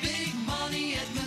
big money at Menards.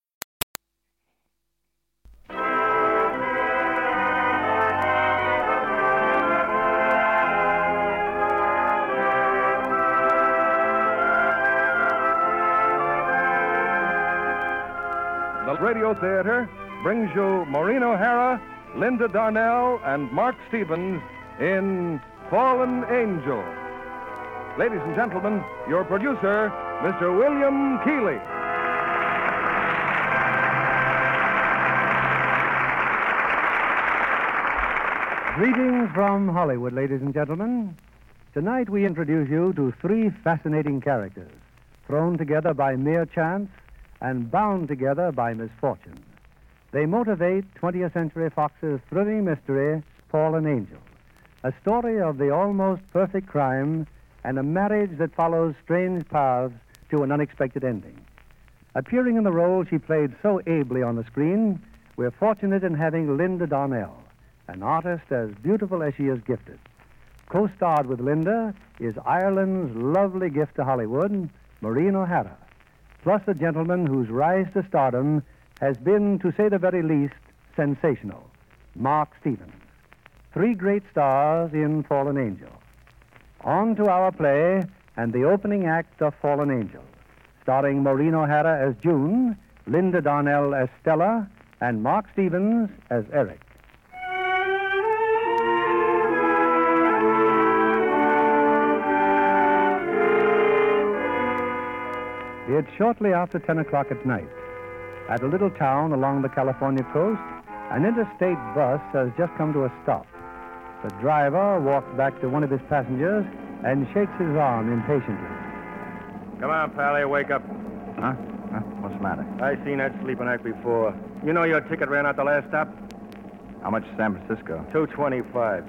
The Radio Theater brings you Maureen O'Hara, Linda Darnell, and Mark Stevens in Fallen Angel. Ladies and gentlemen, your producer, Mr. William Keeley. Greetings from Hollywood, ladies and gentlemen. Tonight we introduce you to three fascinating characters, thrown together by mere chance and bound together by misfortune. They motivate 20th Century Fox's thrilling mystery, Fallen Angel, a story of the almost perfect crime and a marriage that follows strange paths to an unexpected ending. Appearing in the role she played so ably on the screen, we're fortunate in having Linda Darnell, an artist as beautiful as she is gifted. Co starred with Linda is Ireland's lovely gift to Hollywood, Maureen O'Hara, plus a gentleman whose rise to stardom has been, to say the very least, sensational, Mark Stevens. Three great stars in Fallen Angel. On to our play and the opening act of Fallen Angel, starring Maureen O'Hara as June, Linda Darnell as Stella, and Mark Stevens as Eric. It's shortly after 10 o'clock at night. At a little town along the California coast, an interstate bus has just come to a stop. The driver walks back to one of his passengers and shakes his arm impatiently. Come on, Pally, wake up. Huh? huh? What's the matter? I seen that sleeping act before. You know your ticket ran out the last stop? How much San Francisco? 225.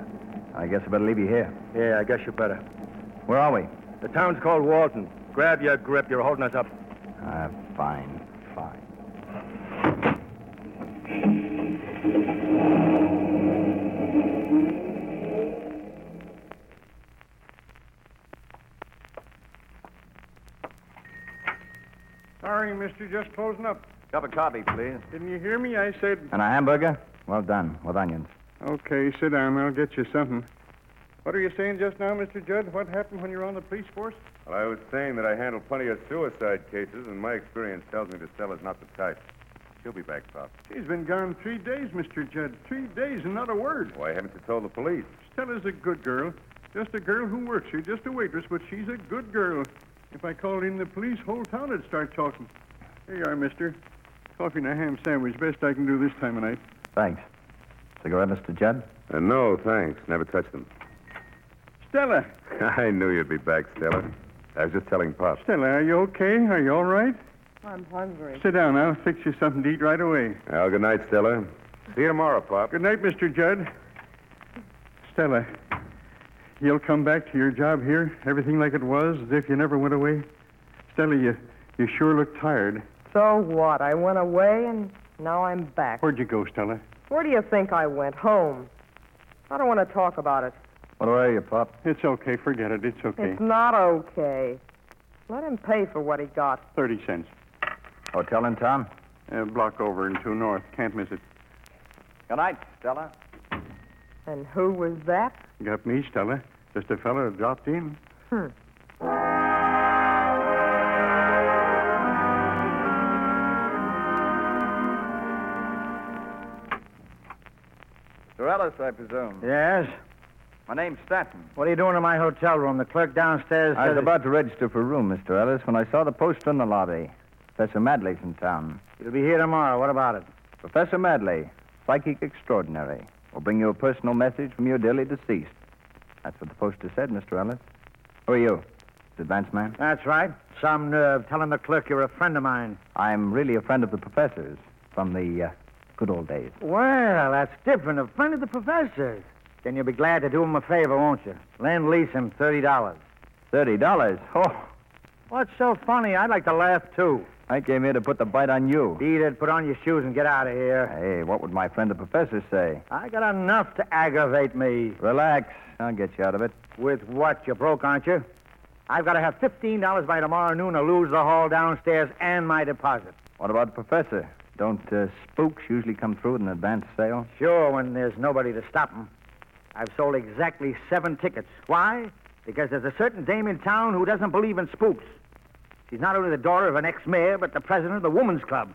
I guess I better leave you here. Yeah, I guess you better. Where are we? The town's called Walton. Grab your grip. You're holding us up. Ah, fine, fine. Sorry, mister, just posing up. Cup of coffee, please. Didn't you hear me? I said, And a hamburger? Well done, with onions. okay, sit down. I'll get you something. What are you saying just now, Mr. Judd? What happened when you were on the police force? Well, I was saying that I handle plenty of suicide cases, and my experience tells me that Stella's not the type. She'll be back, Pop. She's been gone three days, Mr. Judd. Three days and not a word. Why haven't you told the police? Stella's a good girl. Just a girl who works here, just a waitress, but she's a good girl. If I called in the police, whole town would start talking. Here you are, mister. Coffee and a ham sandwich. Best I can do this time of night. Thanks. Cigarette, Mr. Judd? Uh, no, thanks. Never touched them. Stella! I knew you'd be back, Stella. I was just telling Pop. Stella, are you okay? Are you all right? I'm hungry. Sit down. I'll fix you something to eat right away. Well, good night, Stella. See you tomorrow, Pop. Good night, Mr. Judd. Stella, you'll come back to your job here, everything like it was, as if you never went away. Stella, you, you sure look tired. So what? I went away and now I'm back. Where'd you go, Stella? Where do you think I went? Home. I don't want to talk about it. What are you, Pop? It's okay. Forget it. It's okay. It's not okay. Let him pay for what he got. 30 cents. Hotel in town? A block over and two north. Can't miss it. Good night, Stella. And who was that? Got me, Stella. Just a fellow who dropped in. Mr. Ellis, I presume. Yes? My name's Stanton. What are you doing in my hotel room? The clerk downstairs I was said- about to register for a room, Mr. Ellis, when I saw the poster in the lobby. Professor Madley's in town. He'll be here tomorrow. What about it? Professor Madley, psychic extraordinary, will bring you a personal message from your dearly deceased. That's what the poster said, Mr. Ellis. Who are you? The advance man? That's right. Some nerve. Telling the clerk you're a friend of mine. I'm really a friend of the professor's from the uh, good old days. Well, that's different. A friend of the professor's. Then you'll be glad to do him a favor, won't you? Lend lease him $30. $30? Oh, What's so funny? I'd like to laugh, too. I came here to put the bite on you. Beat it. Put on your shoes and get out of here. Hey, what would my friend the professor say? I got enough to aggravate me. Relax. I'll get you out of it. With what? You broke, aren't you? I've got to have $15 by tomorrow noon to lose the hall downstairs and my deposit. What about the professor? Don't uh, spooks usually come through with an advance sale? Sure, when there's nobody to stop 'em. I've sold exactly seven tickets. Why? Because there's a certain dame in town who doesn't believe in spooks. She's not only the daughter of an ex-mayor, but the president of the woman's club.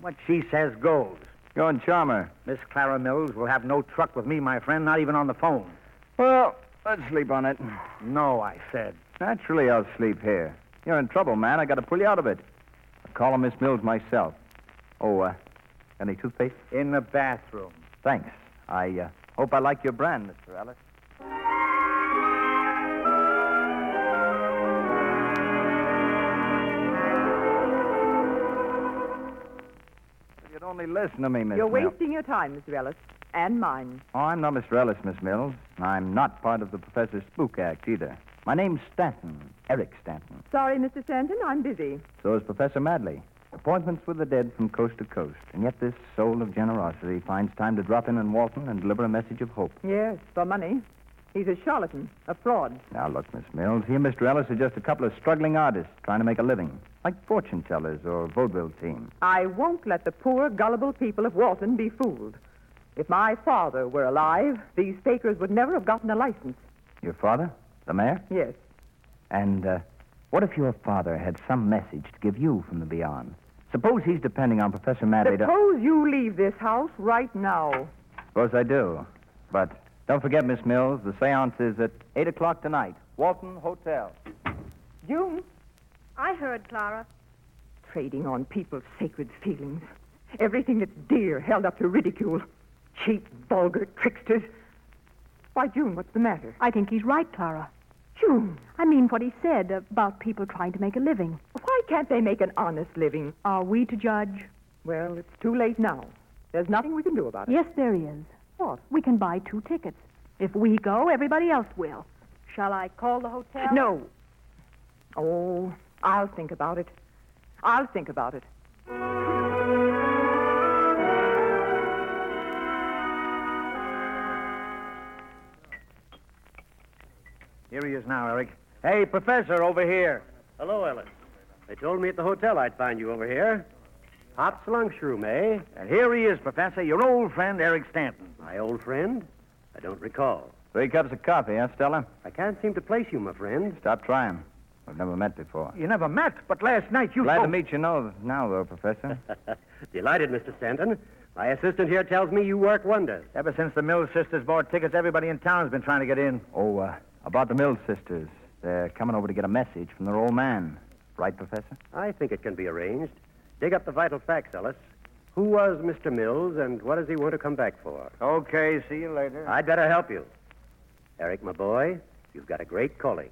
What she says goes. You're a charmer. Miss Clara Mills will have no truck with me, my friend, not even on the phone. Well, let's sleep on it. No, I said. Naturally, I'll sleep here. You're in trouble, man. I got to pull you out of it. I'll call on Miss Mills myself. Oh, uh, any toothpaste? In the bathroom. Thanks. I uh, hope I like your brand, Mr. Ellis. If you'd only listen to me, Miss You're Mills. wasting your time, Mr. Ellis, and mine. Oh, I'm not Mr. Ellis, Miss Mills. and I'm not part of the Professor's Spook Act either. My name's Stanton, Eric Stanton. Sorry, Mr. Stanton, I'm busy. So is Professor Madley. Appointments with the dead from coast to coast. And yet this soul of generosity finds time to drop in on Walton and deliver a message of hope. Yes, for money. He's a charlatan, a fraud. Now, look, Miss Mills, he and Mr. Ellis are just a couple of struggling artists trying to make a living, like fortune tellers or vaudeville team. I won't let the poor, gullible people of Walton be fooled. If my father were alive, these fakers would never have gotten a license. Your father? The mayor? Yes. And uh, what if your father had some message to give you from the beyond? Suppose he's depending on Professor Madley to. Suppose you leave this house right now. Suppose I do. But don't forget, Miss Mills, the seance is at 8 o'clock tonight, Walton Hotel. June, I heard, Clara. trading on people's sacred feelings. Everything that's dear held up to ridicule. Cheap, vulgar tricksters. Why, June, what's the matter? I think he's right, Clara. June, I mean what he said about people trying to make a living. why can't they make an honest living? Are we to judge? Well, it's too late now. There's nothing we can do about it. Yes, there is. What? We can buy two tickets. If we go, everybody else will. Shall I call the hotel? No. Oh, I'll think about it. I'll think about it. Here he is now, Eric. Hey, Professor, over here. Hello, Ellis. They told me at the hotel I'd find you over here. Hop's lunch room, eh? And here he is, Professor, your old friend, Eric Stanton. My old friend? I don't recall. Three cups of coffee, huh, Stella? I can't seem to place you, my friend. Stop trying. We've never met before. You never met, but last night you. Glad to told- meet you know, now, though, Professor. Delighted, Mr. Stanton. My assistant here tells me you work wonders. Ever since the Mills sisters bought tickets, everybody in town's been trying to get in. oh, uh, about the Mills sisters. They're coming over to get a message from their old man. Right, Professor? I think it can be arranged. Dig up the vital facts, Ellis. Who was Mr. Mills, and what does he want to come back for? Okay, see you later. I'd better help you. Eric, my boy, you've got a great calling.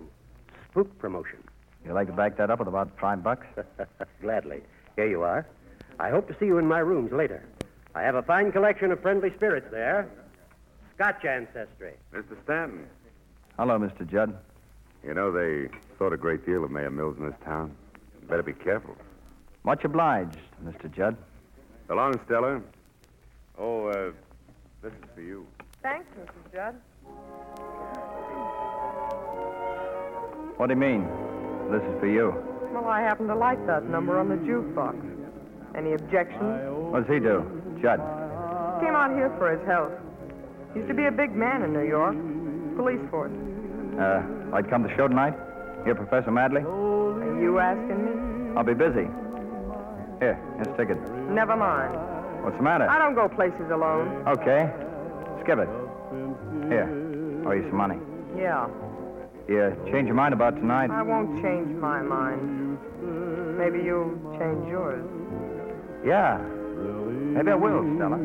Spook promotion. You'd like to back that up with about five bucks? Gladly. Here you are. I hope to see you in my rooms later. I have a fine collection of friendly spirits there. Scotch ancestry. Mr. Stanton. Hello, Mr. Judd. You know, they thought a great deal of Mayor Mills in this town. Better be careful. Much obliged, Mr. Judd. So long, Stella. Oh, uh, this is for you. Thanks, Mrs. Judd. What do you mean? This is for you. Well, I happen to like that number on the jukebox. Any objections? What does he do? Judd. Came out here for his health. Used to be a big man in New York. Police force. Uh, I'd come to show tonight. Here, Professor Madley. Are you asking me? I'll be busy. Here, here's a ticket. Never mind. What's the matter? Ah. I don't go places alone. Okay. Skivett. Here. Owe you some money. Yeah. You change your mind about tonight? I won't change my mind. Maybe you'll change yours. Yeah. Maybe I will, Stella.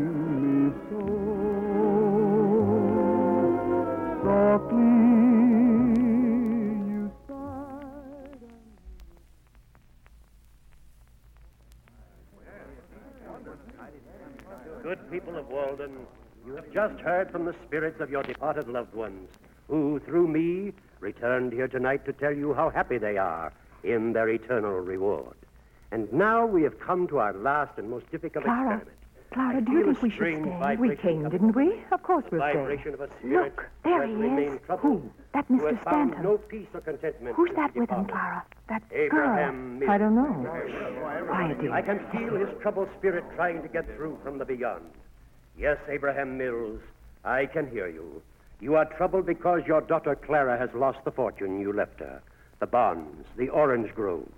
Good people of Walden, you have just heard from the spirits of your departed loved ones, who, through me, returned here tonight to tell you how happy they are in their eternal reward. And now we have come to our last and most difficult Clara, experiment. Clara, do you think we should strange stay? vibration We came, didn't we? Of course we'll stay. Vibration of a spirit Look, there who has he is. remained troubled, Who? That who has Mr. found Stanton. no peace or contentment. Who's since that he with him, departed. Clara? That Abraham girl. Mills. I do. I can feel his troubled spirit trying to get through from the beyond. Yes, Abraham Mills, I can hear you. You are troubled because your daughter Clara has lost the fortune you left her, the bonds, the orange groves.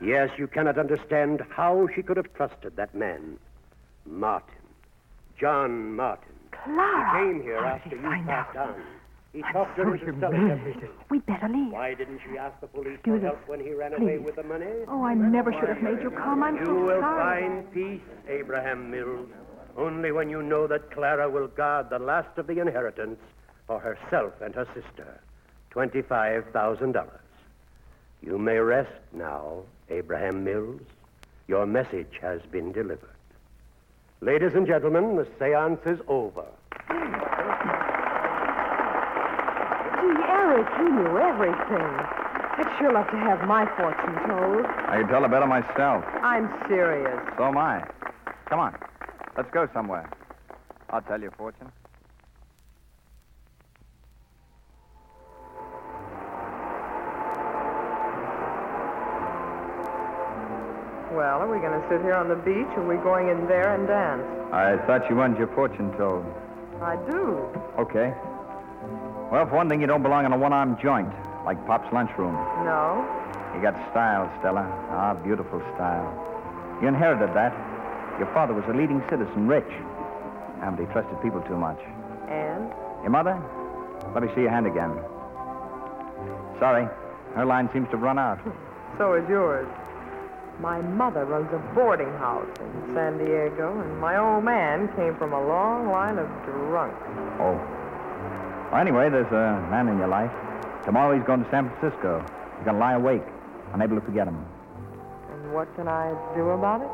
Yes, you cannot understand how she could have trusted that man, Martin, John Martin. Clara. He came here after you passed on. He talked her into selling everything. We'd better leave. Why didn't she ask the police for Excuse us, help when he ran away please. with the money? Oh, I never should have made you come. I'm you so will sorry. find peace, Abraham Mills, only when you know that Clara will guard the last of the inheritance for herself and her sister. $25,000. You may rest now, Abraham Mills. Your message has been delivered. Ladies and gentlemen, the seance is over. Gee, Eric, you knew everything. I'd sure love to have my fortune told. I can tell her better myself. I'm serious. So am I. Come on. Let's go somewhere. I'll tell your fortune. Well, are we going to sit here on the beach, or are we going in there and dance? I thought you wanted your fortune told. I do. Okay. Well, for one thing, you don't belong in a one-armed joint, like Pop's lunchroom. No. You got style, Stella. Ah, beautiful style. You inherited that. Your father was a leading citizen, rich. And he trusted people too much. And? Your mother? Let me see your hand again. Sorry. Her line seems to have run out. So is yours. My mother runs a boarding house in San Diego, and my old man came from a long line of drunks. Oh. Well, anyway, there's a man in your life. Tomorrow he's going to San Francisco. You're going to lie awake, unable to forget him. And what can I do about it?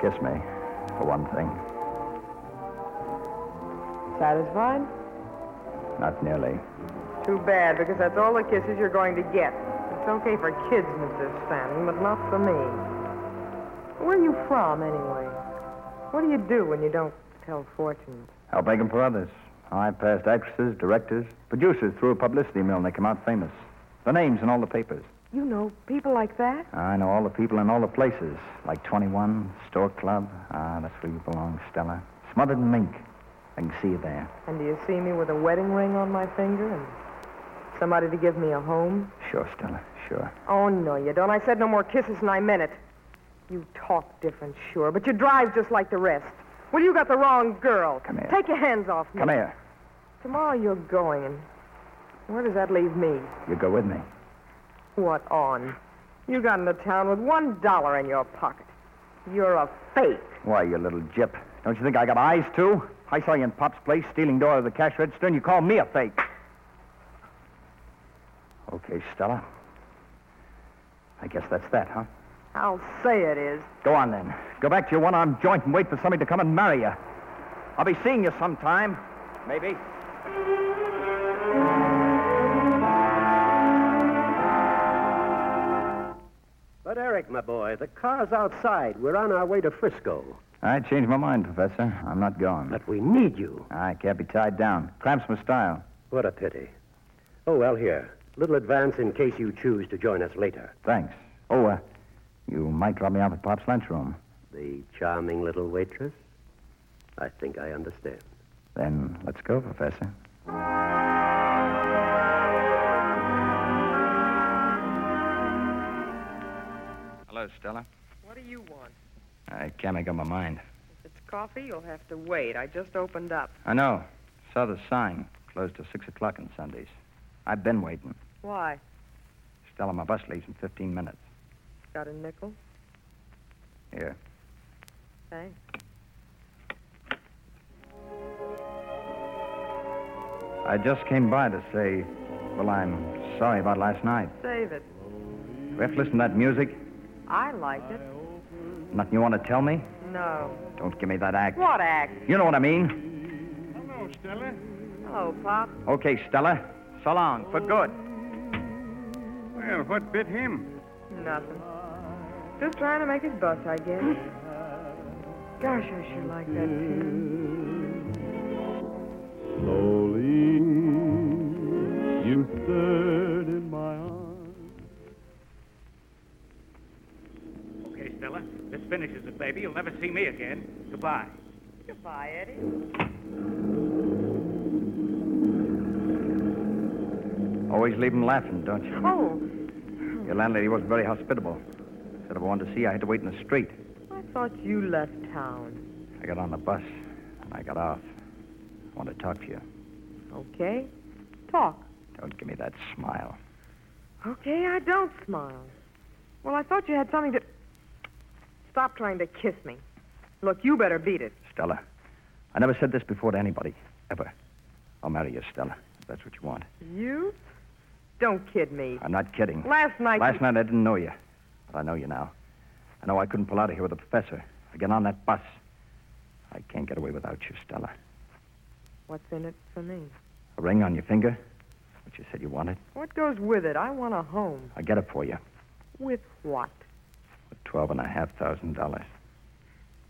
Kiss me, for one thing. Satisfied? Not nearly. Too bad, because that's all the kisses you're going to get. It's okay for kids, Mr. Stanton, but not for me. Where are you from, anyway? What do you do when you don't tell fortunes? Help making for others. I passed actresses, directors, producers through a publicity mill, and they come out famous. The names in all the papers. You know people like that? I know all the people in all the places, like 21, Store Club. Ah, that's where you belong, Stella. Smothered in mink. I can see you there. And do you see me with a wedding ring on my finger and somebody to give me a home? Sure, Stella, sure. Oh, no, you don't. I said no more kisses, and I meant it. You talk different, sure, but you drive just like the rest. Well, you got the wrong girl. Come here. Take your hands off me. Come here. Tomorrow you're going, and where does that leave me? You go with me. What on? You got into town with one dollar in your pocket. You're a fake. Why, you little gyp. Don't you think I got eyes, too? I saw you in Pop's place stealing door of the cash register, and you called me a fake. Okay, Stella. I guess that's that, huh? I'll say it is. Go on then. Go back to your one armed joint and wait for somebody to come and marry you. I'll be seeing you sometime. Maybe. But, Eric, my boy, the car's outside. We're on our way to Frisco. I changed my mind, Professor. I'm not going. But we need you. I can't be tied down. Cramps my style. What a pity. Oh, well, here. Little advance in case you choose to join us later. Thanks. Oh, uh, you might drop me off at Pop's lunchroom. The charming little waitress? I think I understand. Then let's go, Professor. Hello, Stella. What do you want? I can't make up my mind. If it's coffee, you'll have to wait. I just opened up. I know. Saw the sign. Closed till 6 o'clock on Sundays. I've been waiting. Why? Stella, my bus leaves in 15 minutes. Got a nickel? Here. Thanks. I just came by to say, well, I'm sorry about last night. Save it. Do we have to listen to that music? I like it. Nothing you want to tell me? No. Don't give me that act. What act? You know what I mean. Hello, Stella. Hello, Oh, Pop. Okay, Stella. So long. For good. Well, what bit him? Nothing. Just trying to make his bus, I guess. Gosh, I sure like that tune. Slowly, you stirred in my arms. Okay, Stella, this finishes it, baby. You'll never see me again. Goodbye. Goodbye, Eddie. Always leave 'em laughing, don't you? Oh, Your landlady wasn't very hospitable. Said if I wanted to see you, I had to wait in the street. I thought you left town. I got on the bus, and I got off. I want to talk to you. Okay? Talk. Don't give me that smile. Okay, I don't smile. Well, I thought you had something to. Stop trying to kiss me. Look, you better beat it. Stella, I never said this before to anybody, ever. I'll marry you, Stella, if that's what you want. You? Don't kid me. I'm not kidding. Last night. Last night I didn't know you, but I know you now. I know I couldn't pull out of here with the professor. I get on that bus. I can't get away without you, Stella. What's in it for me? A ring on your finger, which you said you wanted. What goes with it? I want a home. I get it for you With what? for twelve and a half thousand dollars.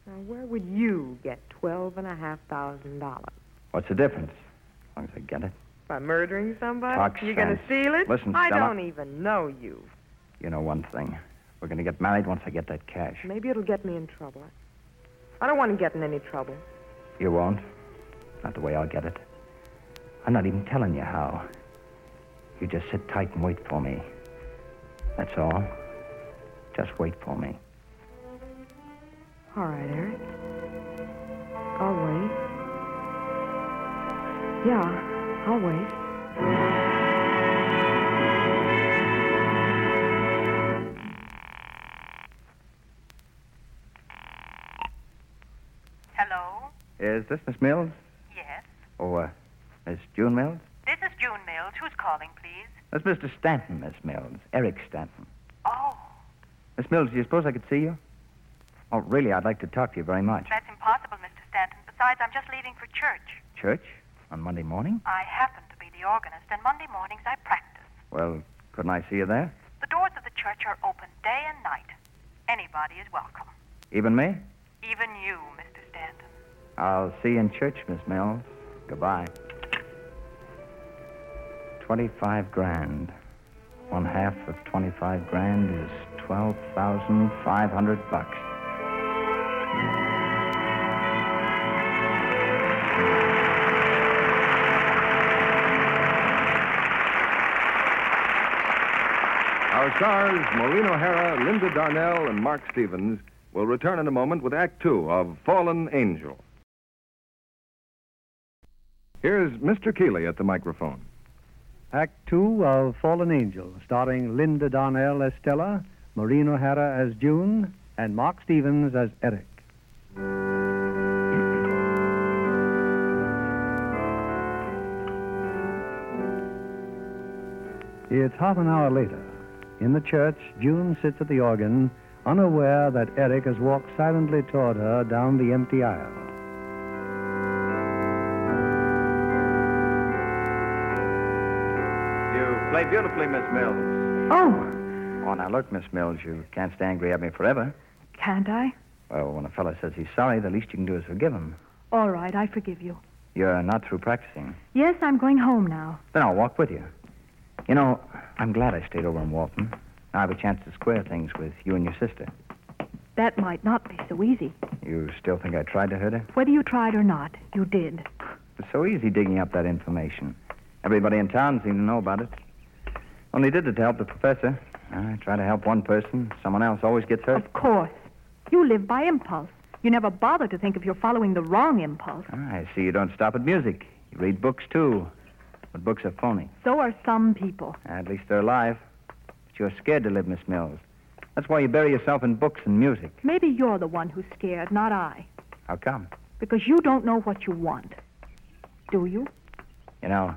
Now, where would you get twelve and a half thousand dollars? What's the difference? As long as I get it, By murdering somebody? Talk You're gonna sense. steal it? Listen, I Stella. don't even know you. you know one thing. We're going to get married once I get that cash. Maybe it'll get me in trouble. I don't want to get in any trouble. You won't. Not the way I'll get it. I'm not even telling you how. You just sit tight and wait for me. That's all. Just wait for me. All right, Eric. I'll wait. Yeah, I'll wait. Hello? Is this Miss Mills? Yes? Oh, uh, Miss June Mills? This is June Mills. Who's calling, please? That's Mr. Stanton, Miss Mills. Eric Stanton. Oh, Miss Mills, do you suppose I could see you? Oh, really, I'd like to talk to you very much. that's impossible, Mr. Stanton. Besides, I'm just leaving for church. Church? On Monday morning? I happen to be the organist, and Monday mornings I practice. Well, couldn't I see you there? The doors of the church are open day and night. Anybody is welcome. Even me? Even you, Mr. Stanton. I'll see you in church, Miss Mills. Goodbye. Twenty-five grand. One half of twenty-five grand is twelve thousand five hundred bucks. Our stars, Maureen O'Hara, Linda Darnell, and Mark Stevens, will return in a moment with Act Two of Fallen Angel. Here's Mr. Keeley at the microphone. Act two of Fallen Angel, starring Linda Darnell as Stella, Maureen O'Hara as June, and Mark Stevens as Eric. It's half an hour later. In the church, June sits at the organ, unaware that Eric has walked silently toward her down the empty aisle. You play beautifully, Miss Mills. Oh, Oh, now look, Miss Mills, you can't stay angry at me forever. can't I? Well, when a fellow says he's sorry, the least you can do is forgive him. All right, I forgive you. You're not through practicing. Yes, I'm going home now. Then I'll walk with you. You know, I'm glad I stayed over in Walton. Now I have a chance to square things with you and your sister. That might not be so easy. You still think I tried to hurt her? Whether you tried or not, you did. It's so easy digging up that information. Everybody in town seemed to know about it. Only did it to help the professor. I try to help one person, someone else always gets hurt. Of course. You live by impulse. You never bother to think if you're following the wrong impulse. I see you don't stop at music. You read books, too. But books are phony. So are some people. At least they're alive. But you're scared to live, Miss Mills. That's why you bury yourself in books and music. Maybe you're the one who's scared, not I. How come? Because you don't know what you want. Do you? You know,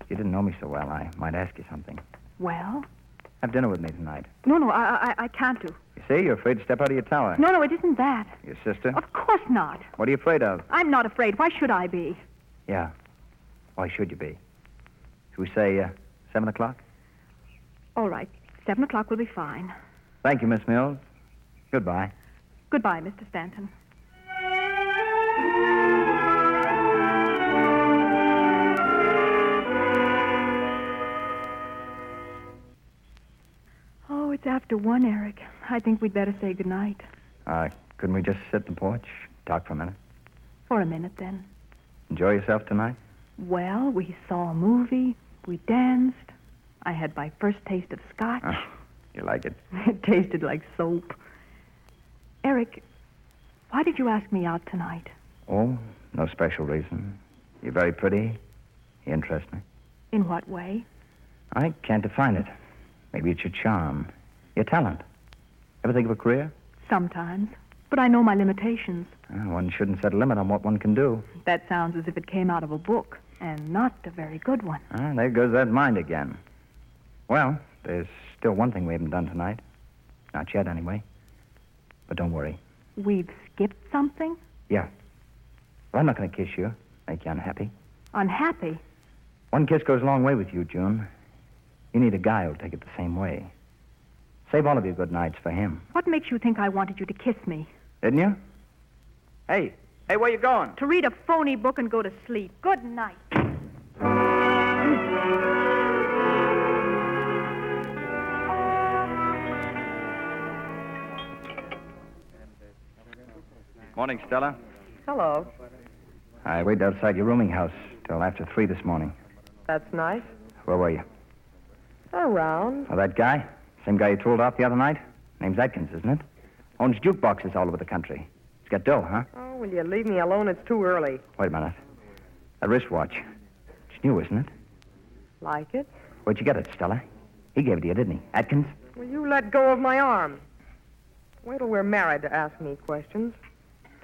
if you didn't know me so well, I might ask you something. Well? Have dinner with me tonight. No, no, I, I, I can't do. You see, you're afraid to step out of your tower. No, no, it isn't that. Your sister? Of course not. What are you afraid of? I'm not afraid. Why should I be? Yeah. Why should you be? Should we say uh, 7 o'clock? All right, 7 o'clock will be fine. Thank you, Miss Mills. Goodbye. Goodbye, Mr. Stanton. Oh, it's after one, Eric. I think we'd better say goodnight. Uh, couldn't we just sit in the porch, talk for a minute? For a minute, then. Enjoy yourself tonight? Well, we saw a movie. We danced. I had my first taste of scotch. Oh, you like it? It tasted like soap. Eric, why did you ask me out tonight? Oh, no special reason. You're very pretty. You interest me. In what way? I can't define it. Maybe it's your charm, your talent. Ever think of a career? Sometimes. But I know my limitations. Uh, one shouldn't set a limit on what one can do. That sounds as if it came out of a book, and not a very good one. Ah, there goes that mind again. Well, there's still one thing we haven't done tonight. Not yet, anyway. But don't worry. We've skipped something? Yeah. Well, I'm not going to kiss you, make you unhappy. Unhappy? One kiss goes a long way with you, June. You need a guy who'll take it the same way. Save all of your good nights for him, What makes you think I wanted you to kiss me? didn't you? Hey, hey, where you going? To read a phony book and go to sleep. Good night. Morning, Stella. Hello. I waited outside your rooming house till after three this morning. That's nice. Where were you? Around. Oh, that guy? Same guy you tooled off the other night? Name's Atkins, isn't it? Owns jukeboxes all over the country. He's got dough, huh? Oh, will you leave me alone? It's too early. Wait a minute. That wristwatch. It's new, isn't it? Like it? Where'd you get it, Stella? He gave it to you, didn't he? Atkins? Will you let go of my arm? Wait till we're married to ask me questions.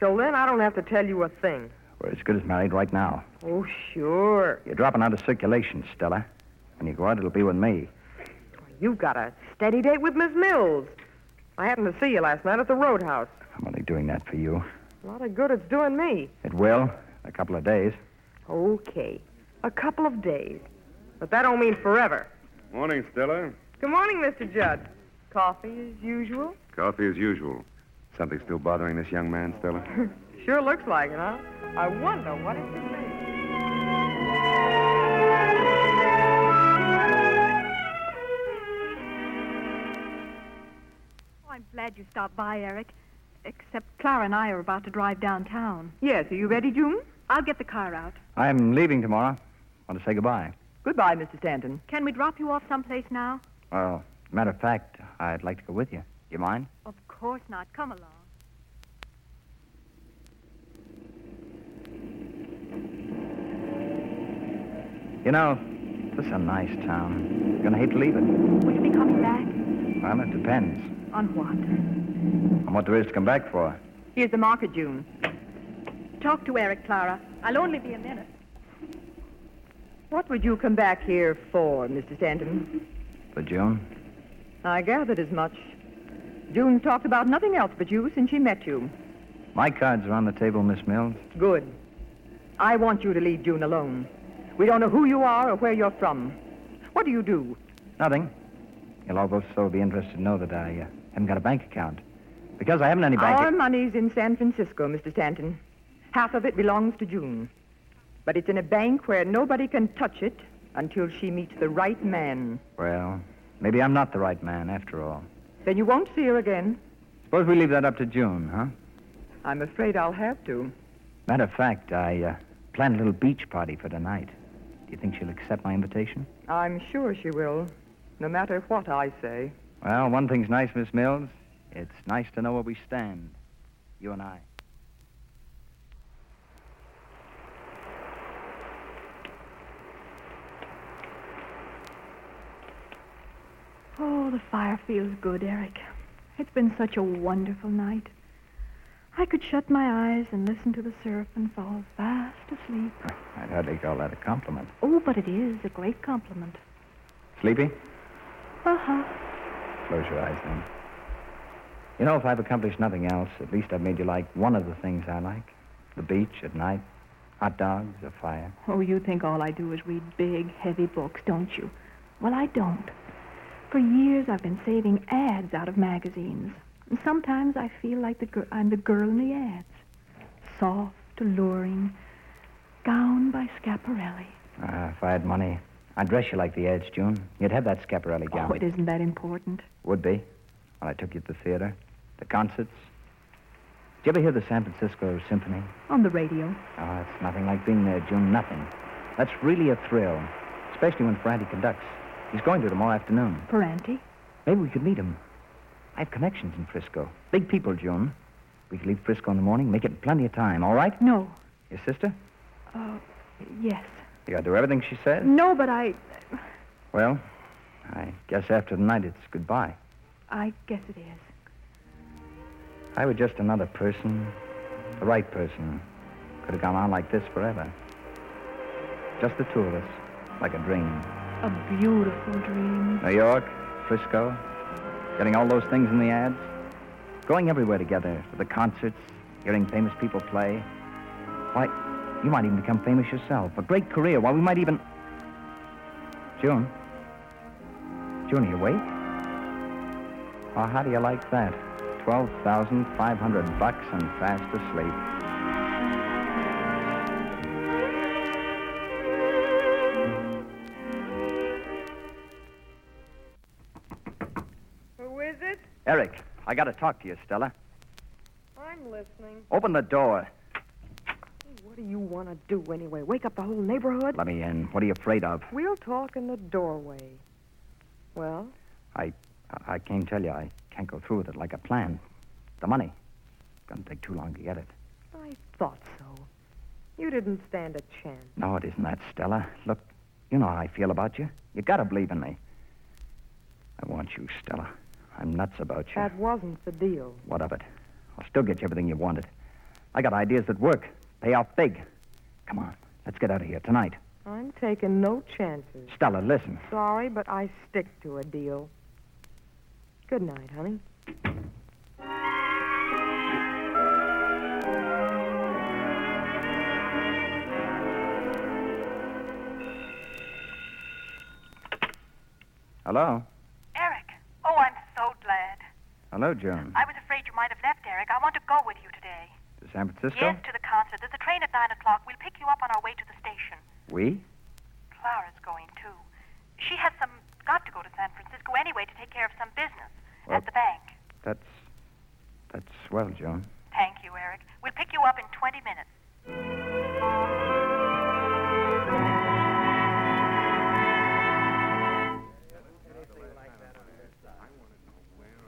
Till then, I don't have to tell you a thing. We're as good as married right now. Oh, sure. You're dropping out of circulation, Stella. When you go out, it'll be with me. You've got a steady date with Miss Mills. I happened to see you last night at the roadhouse. I'm only doing that for you. A lot of good it's doing me. It will. in A couple of days. Okay. A couple of days. But that don't mean forever. Morning, Stella. Good morning, Mr. Judd. Coffee as usual? Coffee as usual. Something still bothering this young man, Stella? Sure looks like it, huh? I wonder what it could be. Oh, I'm glad you stopped by, Eric. Except Clara and I are about to drive downtown. Yes, are you ready, June? I'll get the car out. I'm leaving tomorrow. Want to say goodbye. Goodbye, Mr. Stanton. Can we drop you off someplace now? Well, matter of fact, I'd like to go with you. You mind? Of course not. Come along. You know, this is a nice town. You're gonna hate to leave it. Will you be coming back? Well, it depends On what? on what there is to come back for. Here's the marker, June. Talk to Eric, Clara. I'll only be a minute. What would you come back here for, Mr. Stanton? For June? I gathered as much. June talked about nothing else but you since she met you. My cards are on the table, Miss Mills. Good. I want you to leave June alone. We don't know who you are or where you're from. What do you do? Nothing. You'll all both so be interested to know that I uh, haven't got a bank account. Because I haven't any bank Our money's in San Francisco, Mr. Stanton. Half of it belongs to June. But it's in a bank where nobody can touch it until she meets the right man. Well, maybe I'm not the right man after all. Then you won't see her again. Suppose we leave that up to June, huh? I'm afraid I'll have to. Matter of fact, I uh, planned a little beach party for tonight. Do you think she'll accept my invitation? I'm sure she will, no matter what I say. Well, one thing's nice, Miss Mills. It's nice to know where we stand, you and I. Oh, the fire feels good, Eric. It's been such a wonderful night. I could shut my eyes and listen to the surf and fall fast asleep. I'd hardly call that a compliment. Oh, but it is a great compliment. Sleepy? Uh huh. Close your eyes then. You know, if I've accomplished nothing else, at least I've made you like one of the things I like the beach at night, hot dogs, a fire. Oh, you think all I do is read big, heavy books, don't you? Well, I don't. For years, I've been saving ads out of magazines. And sometimes I feel like the gir- I'm the girl in the ads. Soft, alluring, gown by Scaparelli. Ah, if I had money, I'd dress you like the ads, June. You'd have that Scaparelli gown. Oh, it isn't that important. Would be. Well, I took you to the theater, the concerts. Did you ever hear the San Francisco Symphony? On the radio. Oh, it's nothing like being there, June. Nothing. That's really a thrill, especially when Ferranti conducts. He's going to tomorrow afternoon. Ferranti? Maybe we could meet him. I have connections in Frisco. Big people, June. We could leave Frisco in the morning, make it plenty of time, all right? No. Your sister? Uh, yes. You gotta do everything she says? No, but I. Well, I guess after tonight it's goodbye. I guess it is. I was just another person, the right person. Could have gone on like this forever. Just the two of us, like a dream. A beautiful dream. New York, Frisco, getting all those things in the ads, going everywhere together, to the concerts, hearing famous people play. Why, you might even become famous yourself. A great career. Why, we might even. June. June, are you awake? Well, how do you like that? 12,500 bucks and fast asleep. Who is it? Eric, I gotta talk to you, Stella. I'm listening. Open the door. What do you want to do anyway? Wake up the whole neighborhood? Let me in. What are you afraid of? We'll talk in the doorway. Well, I, I can't tell you. I can't go through with it like I planned. The money. Gonna take too long to get it. I thought so. You didn't stand a chance. No, it isn't that, Stella. Look, you know how I feel about you. You gotta believe in me. I want you, Stella. I'm nuts about you. That wasn't the deal. What of it? I'll still get you everything you wanted. I got ideas that work. Pay off big. Come on, let's get out of here tonight. I'm taking no chances. Stella, listen. Sorry, but I stick to a deal. Good night, honey. Hello? Eric. Oh, I'm so glad. Hello, Joan. I was afraid you might have left, Eric. I want to go with you today. To San Francisco? Yes, to the concert. There's a train at 9 o'clock. We'll pick you up on our way to the station. We? Clara's going, too. She has some. got to go to San Francisco anyway to take care of some business Well, at the bank. That's. That's swell, Joan. Thank you, Eric. We'll pick you up in 20 minutes.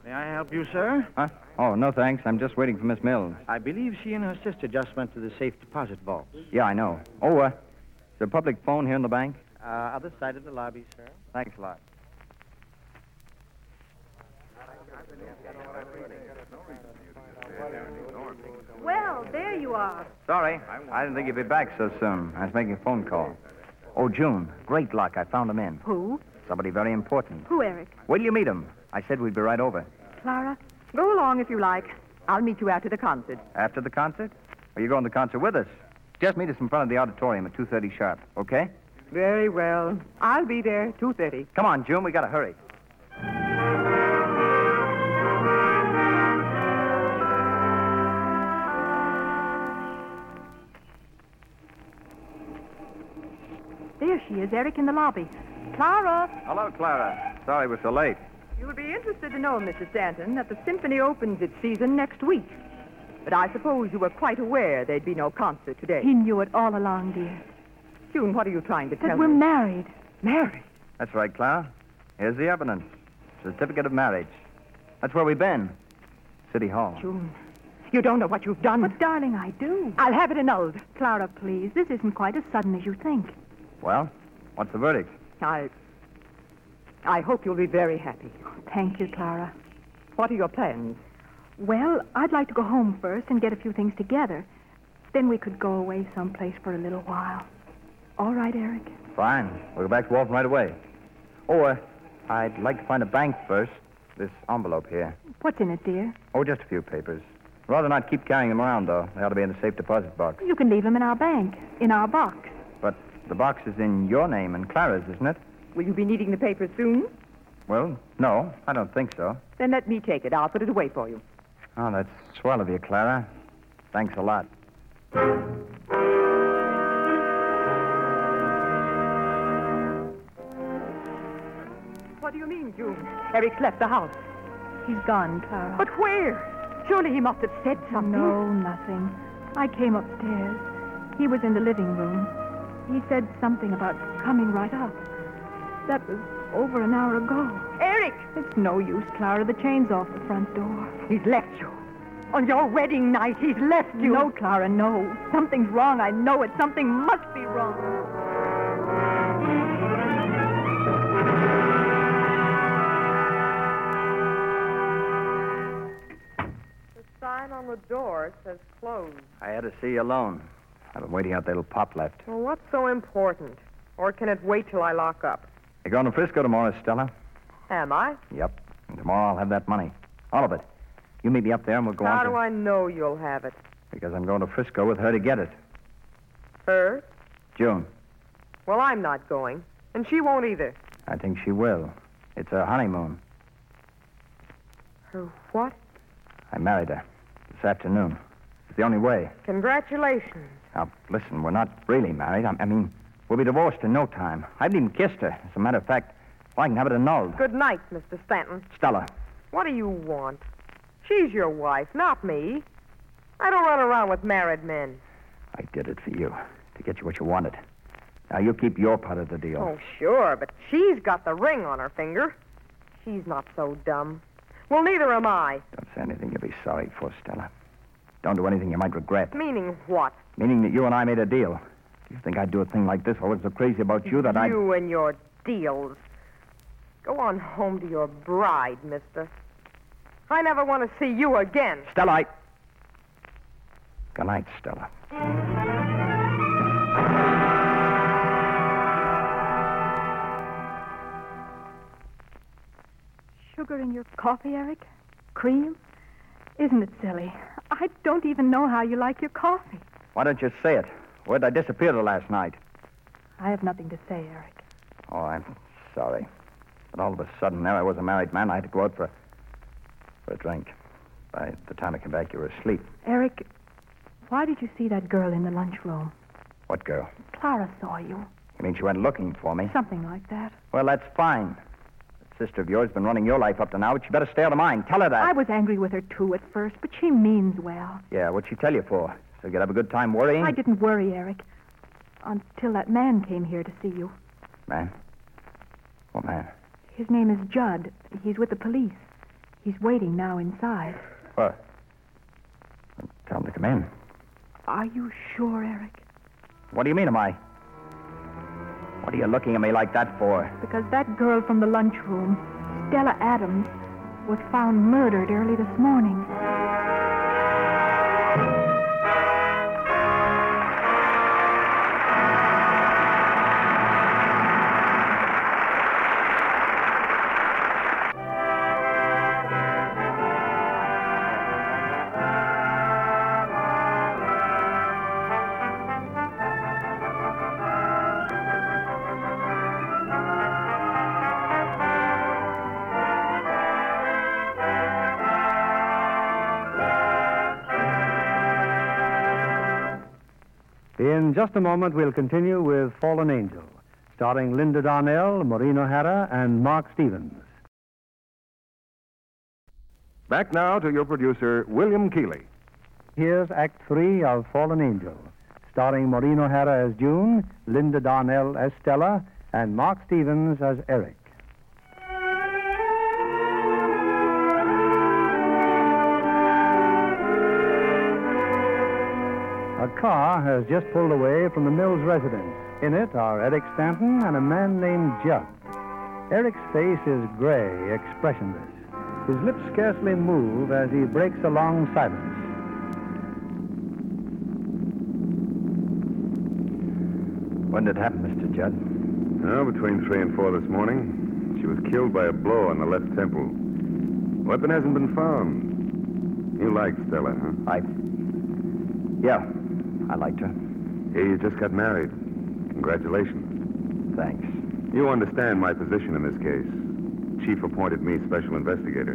May I help you, sir? Huh? Oh, no thanks. I'm just waiting for Miss Mills. I believe she and her sister just went to the safe deposit vault. Yeah, I know. Oh, uh, is there a public phone here in the bank? Uh, other side of the lobby, sir. Thanks a lot. Well, there you are. Sorry, I didn't think you'd be back so soon. I was making a phone call. Oh, June, great luck. I found him in. Who? Somebody very important. Who, Eric? Will you meet him? I said we'd be right over. Clara, go along if you like. I'll meet you after the concert. After the concert? Or you going to the concert with us? Just meet us in front of the auditorium at 2.30 sharp, okay? Very well. I'll be there 2:30. Come on, June, we gotta hurry. There she is, Eric, in the lobby. Clara! Hello, Clara. Sorry we're so late. You'll be interested to know, Mrs. Stanton, that the symphony opens its season next week. But I suppose you were quite aware there'd be no concert today. He knew it all along, dear. June, what are you trying to That tell we're me? married. Married? That's right, Clara. Here's the evidence. Certificate of marriage. That's where we've been. City Hall. June, you don't know what you've done. But, darling, I do. I'll have it annulled. Clara, please, this isn't quite as sudden as you think. Well, what's the verdict? I. I hope you'll be very happy. Thank you, Clara. What are your plans? Well, I'd like to go home first and get a few things together. Then we could go away someplace for a little while. All right, Eric? Fine. We'll go back to Walton right away. Oh, uh, I'd like to find a bank first. This envelope here. What's in it, dear? Oh, just a few papers. Rather not keep carrying them around, though. They ought to be in the safe deposit box. You can leave them in our bank, in our box. But the box is in your name and Clara's, isn't it? Will you be needing the papers soon? Well, no, I don't think so. Then let me take it. I'll put it away for you. Oh, that's swell of you, Clara. Thanks a lot. What do you mean, June? Eric's left the house. He's gone, Clara. But where? Surely he must have said something. No, nothing. I came upstairs. He was in the living room. He said something about coming right up. That was over an hour ago. Eric! It's no use, Clara. The chain's off the front door. He's left you. On your wedding night, he's left you. No, Clara, no. Something's wrong. I know it. Something must be wrong. The sign on the door says closed. I had to see you alone. I've been waiting out that little pop left. Well, what's so important? Or can it wait till I lock up? You're going to Frisco tomorrow, Stella? Am I? Yep. And tomorrow I'll have that money. All of it. You meet me up there and we'll go How on. do to- I know you'll have it? Because I'm going to Frisco with her to get it. Her? June. Well, I'm not going. And she won't either. I think she will. It's her honeymoon. Her what? I married her this afternoon. It's the only way. Congratulations. Now, listen, we're not really married. I, I mean, we'll be divorced in no time. I haven't even kissed her. As a matter of fact, well, I can have it annulled. Good night, Mr. Stanton. Stella. What do you want? She's your wife, not me. I don't run around with married men. I did it for you, to get you what you wanted. Now, you keep your part of the deal. Oh, sure, but she's got the ring on her finger. She's not so dumb. Well, neither am I. Don't say anything you'll be sorry for, Stella. Don't do anything you might regret. Meaning what? Meaning that you and I made a deal. Do you think I'd do a thing like this? I was so crazy about you that I. You and your deals. Go on home to your bride, mister. I never want to see you again. Stella, I. Good night, Stella. Sugar in your coffee, Eric? Cream? Isn't it silly? I don't even know how you like your coffee. Why don't you say it? Where'd I disappear to last night? I have nothing to say, Eric. Oh, I'm sorry. But all of a sudden, there I was a married man. I had to go out for a, for a drink. By the time I came back, you were asleep. Eric, why did you see that girl in the lunchroom? What girl? Clara saw you. You mean she went looking for me? Something like that. Well, that's fine. That sister of yours been running your life up to now, but you better stay out of mine. Tell her that. I was angry with her, too, at first, but she means well. Yeah, what'd she tell you for? So you'd have a good time worrying? I didn't worry, Eric, until that man came here to see you. Man? What man? His name is Judd. He's with the police. He's waiting now inside. What? Tell him to come in. Are you sure, Eric? What do you mean, am I? What are you looking at me like that for? Because that girl from the lunchroom, Stella Adams, was found murdered early this morning. In just a moment, we'll continue with Fallen Angel, starring Linda Darnell, Maureen O'Hara, and Mark Stevens. Back now to your producer, William Keeley. Here's Act Three of Fallen Angel, starring Maureen O'Hara as June, Linda Darnell as Stella, and Mark Stevens as Eric. A car has just pulled away from the Mills residence. In it are Eric Stanton and a man named Judd. Eric's face is gray, expressionless. His lips scarcely move as he breaks a long silence. When did it happen, Mr. Judd? Oh, between three and four this morning. She was killed by a blow on the left temple. Weapon hasn't been found. You liked Stella, huh? I. Yeah, I liked her. Hey, you just got married. Congratulations. Thanks. You understand my position in this case. Chief appointed me special investigator.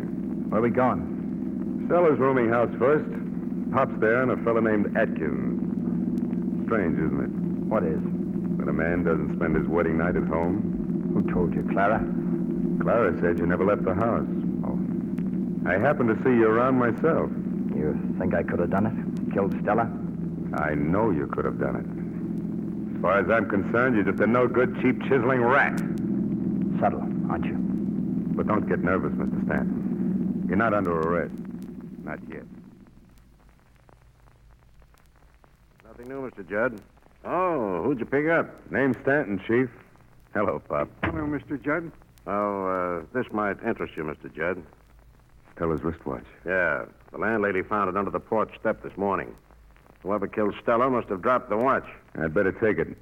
Where are we going? Stella's rooming house first. Pop's there and a fellow named Atkins. Strange, isn't it? What is? When a man doesn't spend his wedding night at home. Who told you, Clara? Clara said you never left the house. Oh. I happened to see you around myself. You think I could have done it? Killed Stella? I know you could have done it. As far as I'm concerned, you're just a no good, cheap, chiseling rat. Subtle, aren't you? But don't get nervous, Mr. Stanton. You're not under arrest. Not yet. Nothing new, Mr. Judd. Oh, who'd you pick up? Name's Stanton, Chief. Hello, Pop. Hello, Mr. Judd. Oh, uh, this might interest you, Mr. Judd. Stella's wristwatch. Yeah, the landlady found it under the porch step this morning. Whoever killed Stella must have dropped the watch. I'd better take it.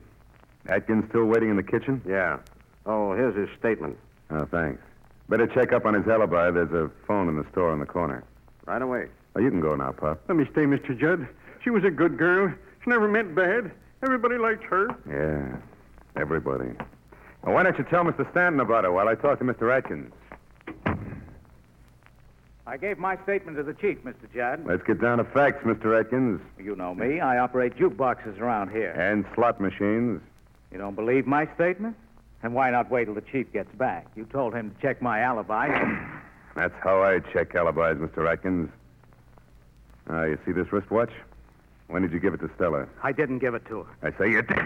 Atkins still waiting in the kitchen? Yeah. Oh, here's his statement. Oh, thanks. Better check up on his alibi. There's a phone in the store in the corner. Right away. Oh, you can go now, Pop. Let me stay, Mr. Judd. She was a good girl. She never meant bad. Everybody liked her. Yeah, everybody. Now, why don't you tell Mr. Stanton about it while I talk to Mr. Atkins? I gave my statement to the chief, Mr. Judd. Let's get down to facts, Mr. Atkins. You know me. I operate jukeboxes around here. And slot machines. You don't believe my statement? Then why not wait till the chief gets back? You told him to check my alibi. That's how I check alibis, Mr. Atkins. Ah, you see this wristwatch? When did you give it to Stella? I didn't give it to her. I say you did.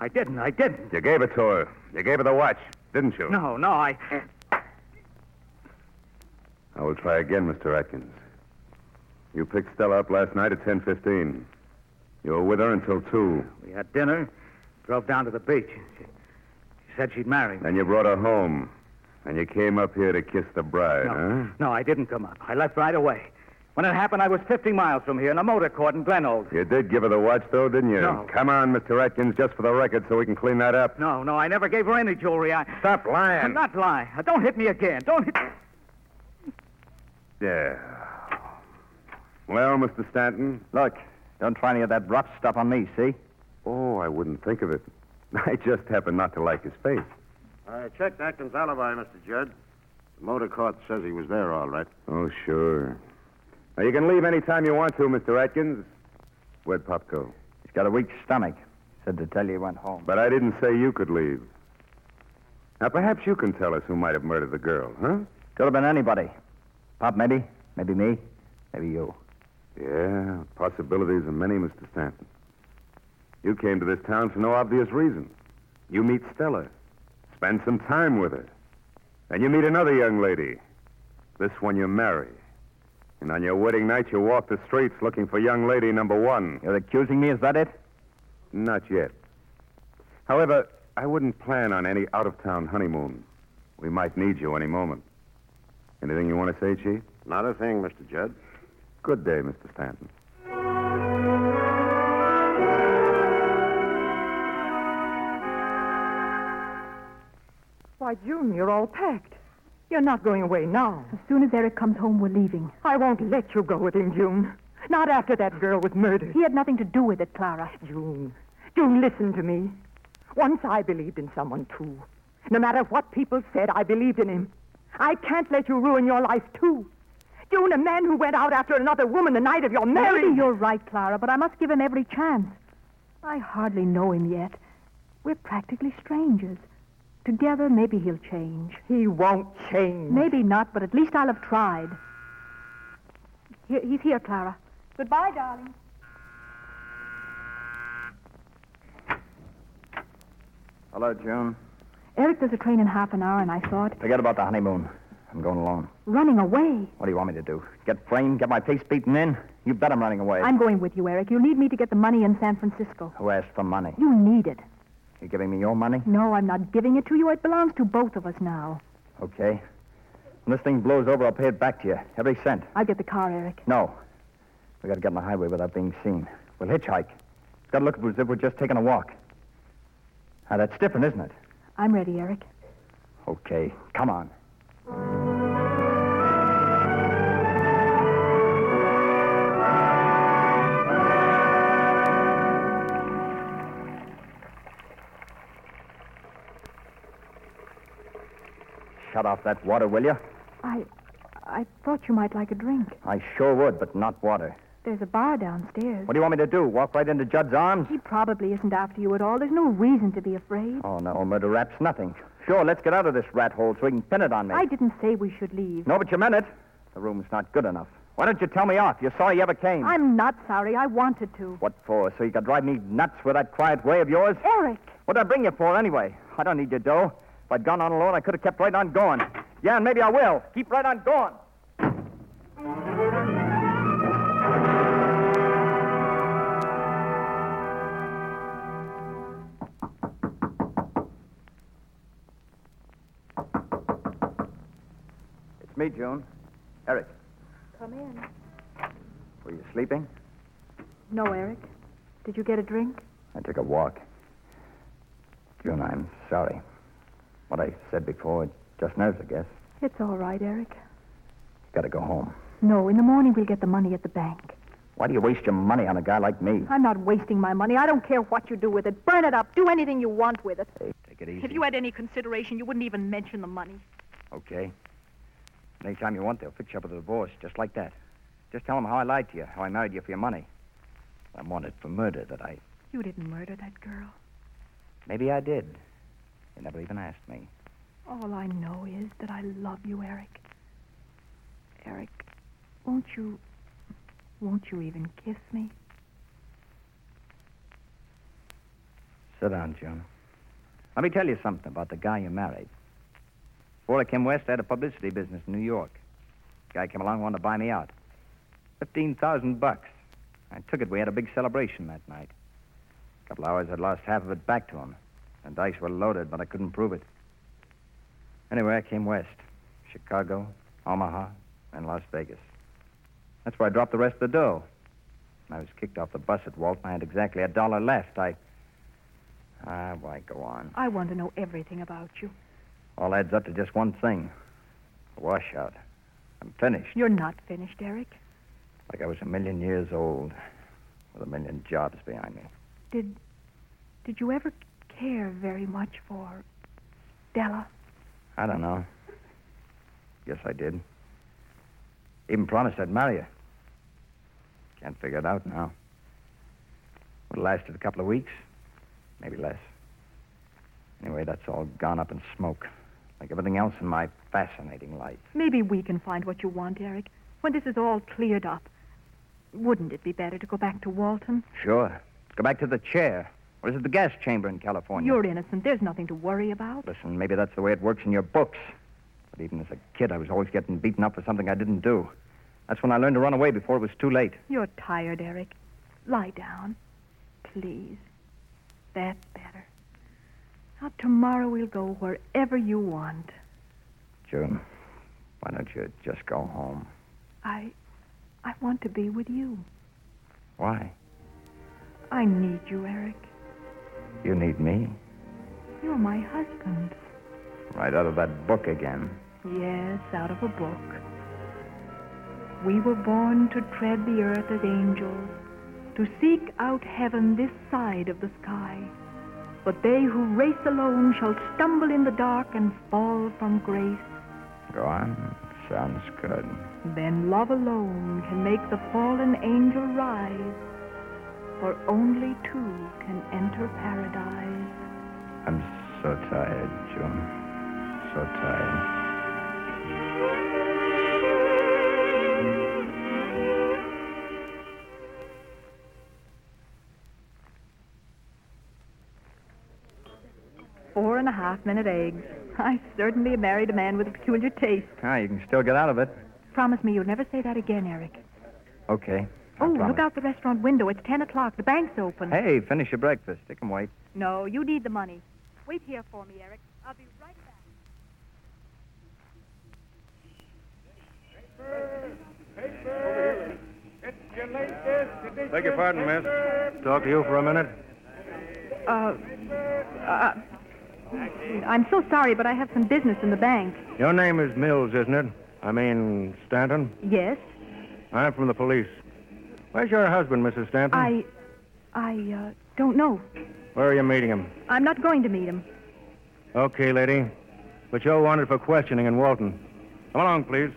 I didn't. I didn't. You gave it to her. You gave her the watch, didn't you? No, no, I. I will try again, Mr. Atkins. You picked Stella up last night at 10.15. You were with her until 2. We had dinner, drove down to the beach. She, she said she'd marry me. Then you brought her home. And you came up here to kiss the bride, No, no, I didn't come up. I left right away. When it happened, I was 50 miles from here in a motor court in Glenold. huh? You did give her the watch, though, didn't you? No. Come on, Mr. Atkins, just for the record so we can clean that up. No, no, I never gave her any jewelry. I. Stop lying. I'm not lying. Don't hit me again. Don't hit. Yeah. Well, Mr. Stanton. Look, don't try any of that rough stuff on me, see? Oh, I wouldn't think of it. I just happen not to like his face. I checked Atkins' alibi, Mr. Judd. The motor court says he was there all right. Oh, sure. Now, you can leave any time you want to, Mr. Atkins. Where'd Pop go? He's got a weak stomach. Said to tell you he went home. But I didn't say you could leave. Now, perhaps you can tell us who might have murdered the girl, huh? Could have been anybody. Pop, maybe. Maybe me. Maybe you. Yeah, possibilities are many, Mr. Stanton. You came to this town for no obvious reason. You meet Stella, spend some time with her, and you meet another young lady. This one you marry. And on your wedding night, you walk the streets looking for young lady number one. You're accusing me, is that it? Not yet. However, I wouldn't plan on any out of town honeymoon. We might need you any moment. Anything you want to say, Chief? Not a thing, Mr. Judd. Good day, Mr. Stanton. Why, June, you're all packed. You're not going away now. As soon as Eric comes home, we're leaving. I won't let you go with him, June. Not after that girl was murdered. He had nothing to do with it, Clara. June, June, listen to me. Once I believed in someone, too. No matter what people said, I believed in him. I can't let you ruin your life, too. June, a man who went out after another woman the night of your marriage. Maybe you're right, Clara, but I must give him every chance. I hardly know him yet. We're practically strangers. Together, maybe he'll change. He won't change. Maybe not, but at least I'll have tried. Here, he's here, Clara. Goodbye, darling. Hello, June. Eric, there's a train in half an hour, and I thought, Forget about the honeymoon. I'm going alone. running away. What do you want me to do? Get framed? Get my face beaten in? You bet I'm running away. I'm going with you, Eric. You need me to get the money in San Francisco. Who asked for money? You need it. You giving me your money? No, I'm not giving it to you. It belongs to both of us now. Okay. When this thing blows over, I'll pay it back to you. Every cent. I'll get the car, Eric. No. We gotta get on the highway without being seen. We'll hitchhike. Gotta look as if we're just taking a walk. Now, that's different, isn't it? I'm ready, Eric. Okay. Come on. Shut off that water, will you? I I thought you might like a drink. I sure would, but not water. There's a bar downstairs. What do you want me to do? Walk right into Judd's arms? He probably isn't after you at all. There's no reason to be afraid. Oh, no, murder raps nothing. Sure, let's get out of this rat hole so he can pin it on me. I didn't say we should leave. No, but you meant it. The room's not good enough. Why don't you tell me off? You're sorry you ever came. I'm not sorry. I wanted to. What for? So you could drive me nuts with that quiet way of yours? Eric! What'd I bring you for anyway? I don't need your dough. If I'd gone on alone, I could have kept right on going. Yeah, and maybe I will. Keep right on going. It's me, June. Eric, Come in. were you sleeping? No, Eric. Did you get a drink? I took a walk. June, I'm sorry. What I said before, it's just nerves, I guess. It's all right, Eric. Gotta go home. No, in the morning we'll get the money at the bank. Why do you waste your money on a guy like me? I'm not wasting my money. I don't care what you do with it. Burn it up. Do anything you want with it. Take it easy. If you had any consideration, you wouldn't even mention the money. Okay. Anytime you want, they'll fix you up with a divorce, just like that. Just tell them how I lied to you, how I married you for your money. I'm wanted for murder that I. You didn't murder that girl. Maybe I did. You never even asked me. All I know is that I love you, Eric. Eric, won't you. Won't you even kiss me? Sit down, June. Let me tell you something about the guy you married. Before I came west, I had a publicity business in New York. Guy came along, wanted to buy me out. Fifteen thousand bucks. I took it. We had a big celebration that night. A couple hours, I'd lost half of it back to him. The dice were loaded, but I couldn't prove it. Anyway, I came west. Chicago, Omaha, and Las Vegas. That's where I dropped the rest of the dough. I was kicked off the bus at Walt, and I had exactly a dollar left. I. Ah, why go on? I want to know everything about you. All adds up to just one thing a washout. I'm finished, You're not finished, Eric. like I was a million years old, with a million jobs behind me. Did. Did you ever care very much for. Della? I don't know. Yes, I did. Even promised I'd marry her. Can't figure it out now. It lasted a couple of weeks, maybe less. Anyway, that's all gone up in smoke, like everything else in my fascinating life. Maybe we can find what you want, Eric. When this is all cleared up, wouldn't it be better to go back to Walton? Sure. Go back to the chair. Or is it the gas chamber in California? You're innocent. There's nothing to worry about. Listen, maybe that's the way it works in your books. But even as a kid, I was always getting beaten up for something I didn't do. That's when I learned to run away before it was too late. You're tired, Eric. Lie down. Please. That's better. Now, tomorrow we'll go wherever you want. June, why don't you just go home? I. I want to be with you. Why? I need you, Eric. You need me. You're my husband. Right out of that book again. Yes, out of a book. We were born to tread the earth as angels, to seek out heaven this side of the sky. But they who race alone shall stumble in the dark and fall from grace. Go on. Sounds good. Then love alone can make the fallen angel rise, for only two can enter paradise. I'm so tired, June. So tired. Four and a half minute eggs. I certainly married a man with a peculiar taste. Ah, you can still get out of it. Promise me you'll never say that again, Eric. Okay. Oh, promise. look out the restaurant window. It's 10 o'clock. The bank's open. Hey, finish your breakfast. They can wait. No, you need the money. Wait here for me, Eric. I'll be right back. Beg your pardon, miss. Talk to you for a minute? Uh, uh, I'm so sorry, but I have some business in the bank. Your name is Mills, isn't it? I mean, Stanton? Yes? I'm from the police. Where's your husband, Mrs. Stanton? I. I, uh, don't know. Where are you meeting him? I'm not going to meet him. Okay, lady. But you're wanted for questioning in Walton. Come along, please.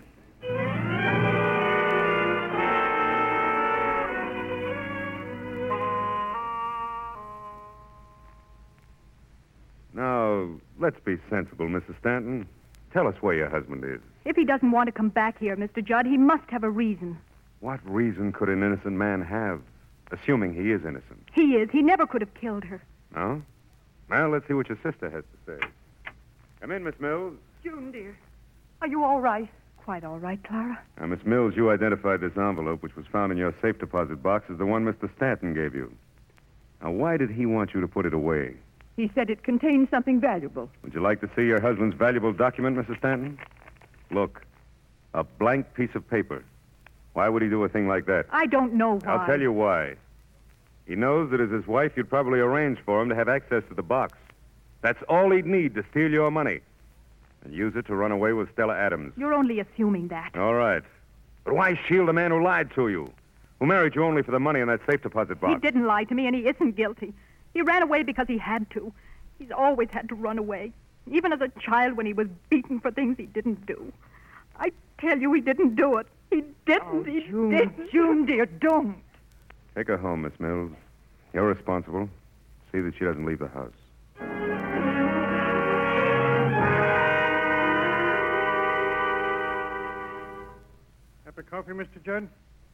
Now, let's be sensible, Mrs. Stanton. Tell us where your husband is. If he doesn't want to come back here, Mr. Judd, he must have a reason. What reason could an innocent man have, assuming he is innocent? He is. He never could have killed her. No? Well, let's see what your sister has to say. Come in, Miss Mills. June, dear, are you all right? Quite all right, Clara. Now, Miss Mills, you identified this envelope, which was found in your safe deposit box, as the one Mr. Stanton gave you. Now, why did he want you to put it away? He said it contained something valuable. Would you like to see your husband's valuable document, Mrs. Stanton? Look, a blank piece of paper. Why would he do a thing like that? I don't know why. I'll tell you why. He knows that as his wife, you'd probably arrange for him to have access to the box. That's all he'd need to steal your money and use it to run away with Stella Adams. You're only assuming that. All right. But why shield a man who lied to you? Who married you only for the money in that safe deposit He box? didn't lie to me, and he isn't guilty. He ran away because he had to. He's always had to run away, even as a child when he was beaten for things he didn't do. I tell you, he didn't do it. He didn't. he Oh, June, didn't. June, dear, don't. Take her home, Miss Mills. You're responsible. See that she doesn't leave the house. Have a coffee, Mr. Judd?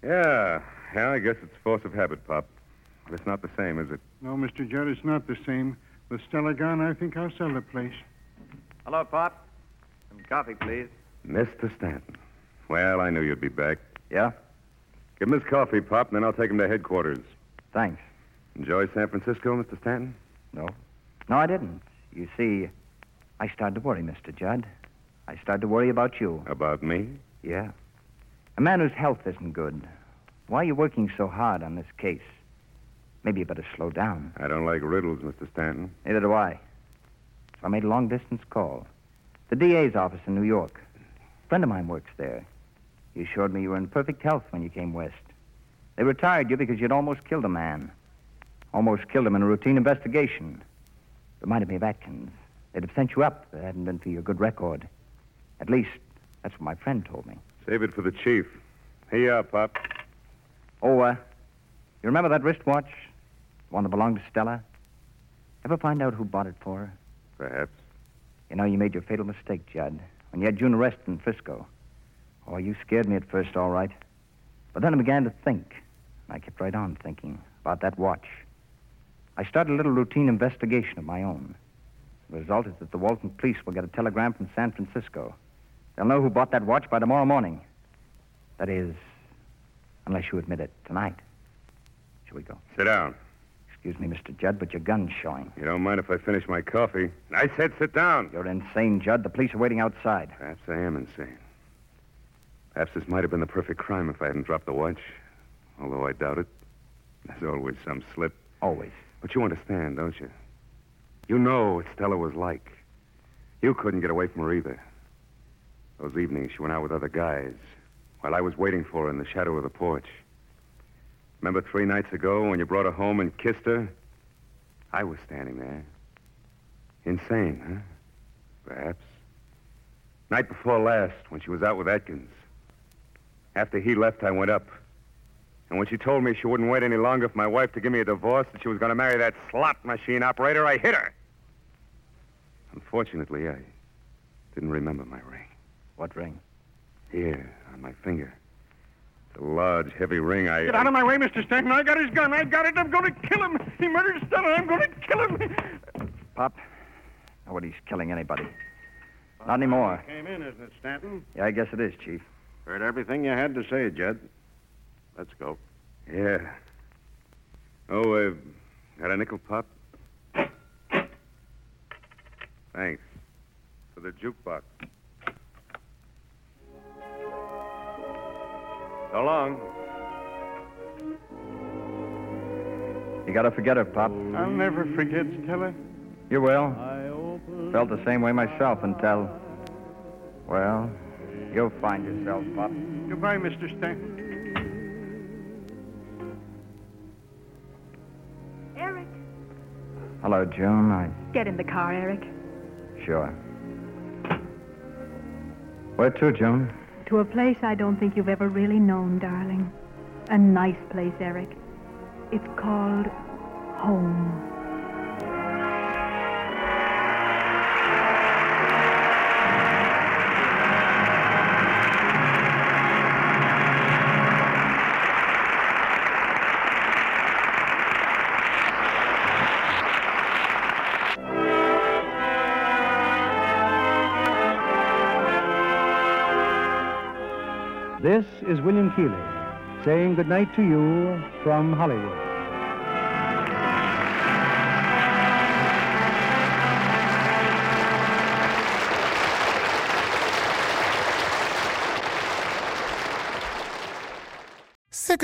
Yeah, yeah, I guess it's force of habit, Pop. But it's not the same, is it? No, Mr. Judd, it's not the same. With Stella gone, I think I'll sell the place. Hello, Pop. Some coffee, please. Mr. Stanton. Well, I knew you'd be back. Yeah? Give him his coffee, Pop, and then I'll take him to headquarters. Thanks. Enjoy San Francisco, Mr. Stanton? No. No, I didn't. You see, I started to worry, Mr. Judd. I started to worry about you. About me? Yeah. A man whose health isn't good. Why are you working so hard on this case? Maybe you better slow down. I don't like riddles, Mr. Stanton. Neither do I. So I made a long distance call. The DA's office in New York. A friend of mine works there. He assured me you were in perfect health when you came west. They retired you because you'd almost killed a man. Almost killed him in a routine investigation. Reminded me of Atkins. They'd have sent you up if it hadn't been for your good record. At least, that's what my friend told me. Save it for the chief. Here you are, Pop. Oh, uh, you remember that wristwatch? The one that belonged to Stella? Ever find out who bought it for her? Perhaps. You know, you made your fatal mistake, Judd, when you had June arrested in Frisco. Oh, you scared me at first, all right. But then I began to think, and I kept right on thinking about that watch. I started a little routine investigation of my own. The result is that the Walton police will get a telegram from San Francisco. They'll know who bought that watch by tomorrow morning. That is, unless you admit it tonight. Shall we go? Sit down. Excuse me, Mr. Judd, but your gun's showing. You don't mind if I finish my coffee? I said sit down. You're insane, Judd. The police are waiting outside. Perhaps I am insane. Perhaps this might have been the perfect crime if I hadn't dropped the watch. Although I doubt it. There's always some slip. Always. But you understand, don't you? You know what Stella was like. You couldn't get away from her either. Those evenings she went out with other guys while I was waiting for her in the shadow of the porch. Remember three nights ago when you brought her home and kissed her? I was standing there. Insane, huh? Perhaps. Night before last, when she was out with Atkins. After he left, I went up. And when she told me she wouldn't wait any longer for my wife to give me a divorce and she was going to marry that slot machine operator, I hit her. Unfortunately, I didn't remember my ring. What ring? Here, on my finger. The large, heavy ring I. Get out of my way, Mr. Stanton. I got his gun. I got it. I'm going to kill him. He murdered Stella. I'm going to kill him. Pop, nobody's killing anybody. Not anymore. Came in, isn't it, Stanton? Yeah, I guess it is, Chief. Heard everything you had to say, Jed. Let's go. Yeah. Oh, uh, got a nickel pop? Thanks. For the jukebox. So long. You gotta forget her, Pop. I'll never forget Stella. You will. Felt the same way myself until. Well, you'll find yourself, Pop. Goodbye, Mr. Stanton. Eric, Hello, June. I. get in the car, Eric. Sure. Where to, June? To a place I don't think you've ever really known, darling. A nice place, Eric. It's called home. This is William Keeley saying goodnight to you from Hollywood. Sick